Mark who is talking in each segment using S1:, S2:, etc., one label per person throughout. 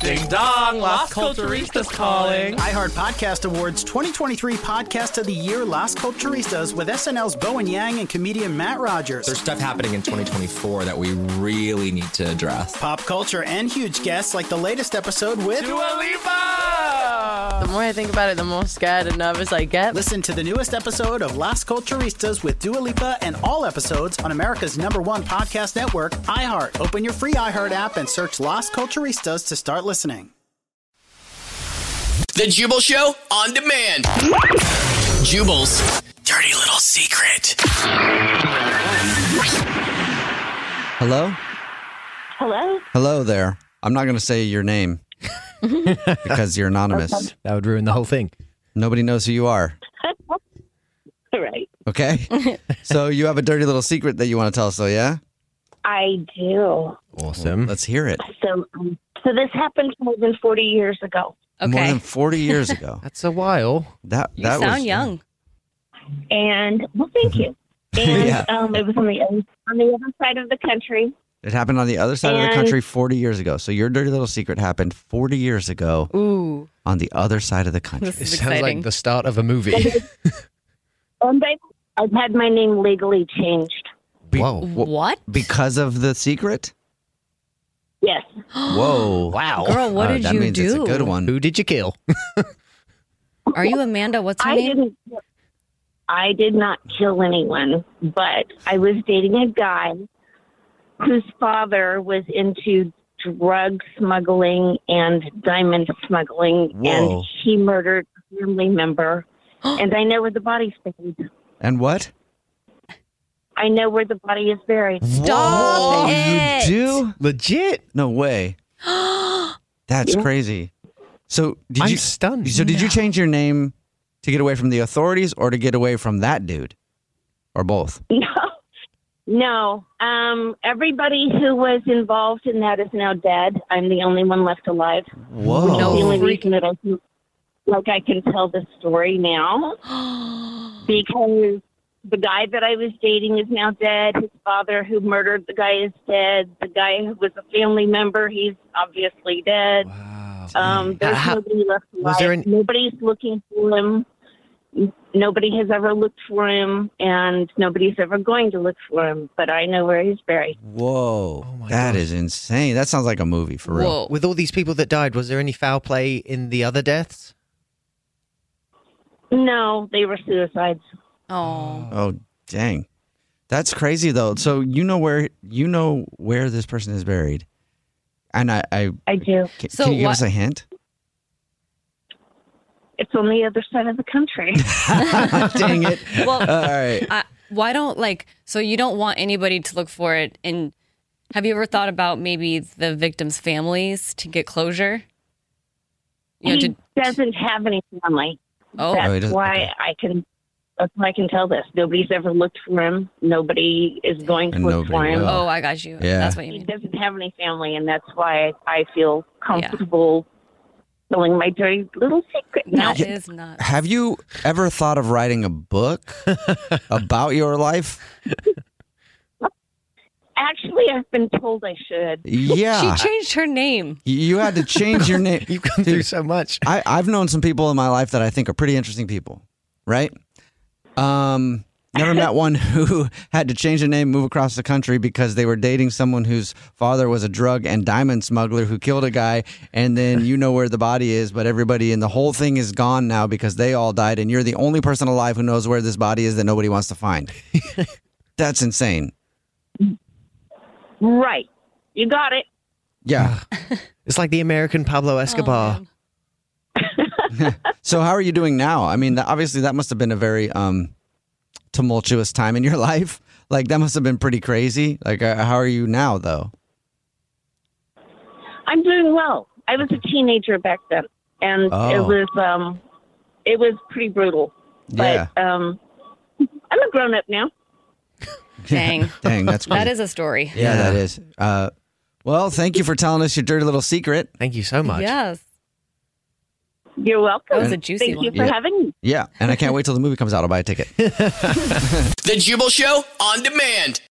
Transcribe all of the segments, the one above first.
S1: Ding dong, Las Culturistas calling.
S2: iHeart Podcast Awards 2023 Podcast of the Year Las Culturistas with SNL's Bowen Yang and comedian Matt Rogers.
S3: There's stuff happening in 2024 that we really need to address.
S2: Pop culture and huge guests like the latest episode with
S1: Dua
S4: The
S1: Lipa!
S4: more I think about it, the more scared and nervous I get.
S2: Listen to the newest episode of Las Culturistas with Dua Lipa and all episodes on America's number one podcast network, iHeart. Open your free iHeart app and search Las Culturistas to start listening.
S5: The Jubal Show on demand. Jubal's dirty little secret.
S6: Hello?
S7: Hello?
S6: Hello there. I'm not going to say your name because you're anonymous.
S8: That would ruin the whole thing.
S6: Nobody knows who you are.
S7: Right.
S6: Okay? so Oh, you have a dirty little secret that you want to tell us, though, yeah?
S7: I do.
S8: Awesome.
S6: Let's hear it.
S7: So, um, so this happened more than 40 years ago.
S6: More
S9: Okay.
S6: than 40 years ago.
S8: That's a while.
S6: That
S9: You
S6: that
S9: sound
S6: was,
S9: young.
S7: And, well, thank you. And
S6: Yeah.
S7: um, it was on the, other- on the other side of the country.
S6: It happened on the other side of the
S7: And-
S6: country 40 years ago. So your dirty little secret happened 40 years ago
S9: Ooh,
S6: on the other side of the country.
S9: this
S8: It
S9: is
S8: sounds
S9: exciting.
S8: like the start of a movie.
S7: And they, Um, I've had my name legally changed.
S8: Whoa.
S9: what?
S6: Because of the secret?
S7: Yes.
S6: Whoa.
S8: Wow.
S9: Girl, what
S6: Oh,
S9: did
S6: that
S9: you
S6: means
S9: do?
S6: It's a good one.
S8: Who did you kill?
S9: Are you Amanda? What's her
S7: I
S9: name?
S7: didn't. I did not kill anyone, but I was dating a guy whose father was into drug smuggling and diamond smuggling,
S6: Whoa.
S7: and he murdered a family member. and I know where the body's buried.
S6: And what?
S7: I know where the body is buried.
S9: Stop
S6: Whoa,
S9: it.
S6: Oh, You do?
S8: Legit.
S6: No way. That's crazy. So did
S8: I'm
S6: you
S8: stunned.
S6: So did you change your name to get away from the authorities or to get away from that dude? Or both?
S7: No, no. Um, everybody who was involved in that is now dead. I'm the only one left alive.
S6: Whoa.
S7: the only
S9: freak.
S7: reason that I can, like I can tell the story now because the guy that I was dating is now dead. His father, who murdered the guy, is dead. The guy who was a family member, he's obviously dead.
S8: Wow.
S7: Um, there's
S8: How-
S7: nobody left
S8: was
S7: alive.
S8: there an-
S7: Nobody's looking for him. N- Nobody has ever looked for him, and nobody's ever going to look for him. But I know where he's buried.
S6: Whoa.
S8: Oh my
S6: that
S8: gosh.
S6: is insane. That sounds like a movie for real.
S9: Whoa.
S8: With all these people that died, was there any foul play in the other deaths?
S7: No, they were suicides.
S9: Oh.
S6: Oh dang. That's crazy though. So you know where you know where this person is buried. And I, I
S7: I do.
S6: can,
S9: So
S6: can you give
S9: what-
S6: us a hint?
S7: It's on the other side of the country.
S6: Dang it.
S9: Well,
S6: All right.
S9: I, why don't like so you don't want anybody to look for it and have you ever thought about maybe the victims' families to get closure? You know,
S7: he
S9: to,
S7: Mm. doesn't have any family.
S9: oh,
S6: he
S7: That's
S6: doesn't-
S7: why
S6: okay.
S7: I can That's how I can tell this. Nobody's ever looked for him. Nobody is going to
S6: And
S7: look for
S6: nobody
S7: him.
S6: will.
S10: Oh, I got you.
S6: Yeah.
S10: That's what you mean.
S7: He doesn't have any family, and that's why I feel comfortable telling my dirty little secret. Now,
S10: That is not.
S6: Have you ever thought of writing a book about your life?
S7: actually, I've been told I should.
S6: Yeah.
S10: She changed her name.
S6: You had to change your name. You've
S8: gone through so much.
S6: I, I've known some people in my life that I think are pretty interesting people, right? Um, never met one who had to change a name, move across the country because they were dating someone whose father was a drug and diamond smuggler who killed a guy, and then you know where the body is, but everybody and the whole thing is gone now because they all died, and you're the only person alive who knows where this body is that nobody wants to find. That's insane.
S7: Right. You got it.
S6: Yeah.
S8: It's like the American Pablo
S3: Oh,
S8: Escobar.
S6: So how are you doing now? I mean, that, obviously that must have been a very um, tumultuous time in your life. Like that must have been pretty crazy. Like uh, how are you now though?
S7: I'm doing well. I was a teenager back then, and it
S6: Oh.
S7: was um, it was pretty brutal.
S6: Yeah.
S7: But um, I'm a grown up now.
S10: Dang.
S6: Dang, that's
S10: That
S6: pretty-
S10: is a story.
S6: Yeah, that is. Uh, well, thank you for telling us your dirty little secret.
S8: Thank you so
S10: Yes.
S7: You're welcome.
S10: That was a juicy
S7: Thank
S10: one.
S7: you for
S6: Yeah.
S7: having me.
S6: Yeah, and I can't wait till the movie comes out. I'll buy a ticket.
S5: The Jubal Show on demand.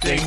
S1: Ding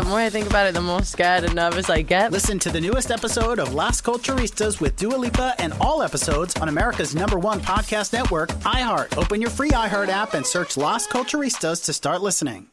S11: The more I think about it, the more scared and nervous I get.
S2: Listen to the newest episode of Las Culturistas with Dua Lipa and all episodes on America's number one podcast network, iHeart. Open your free iHeart app and search Las Culturistas to start listening.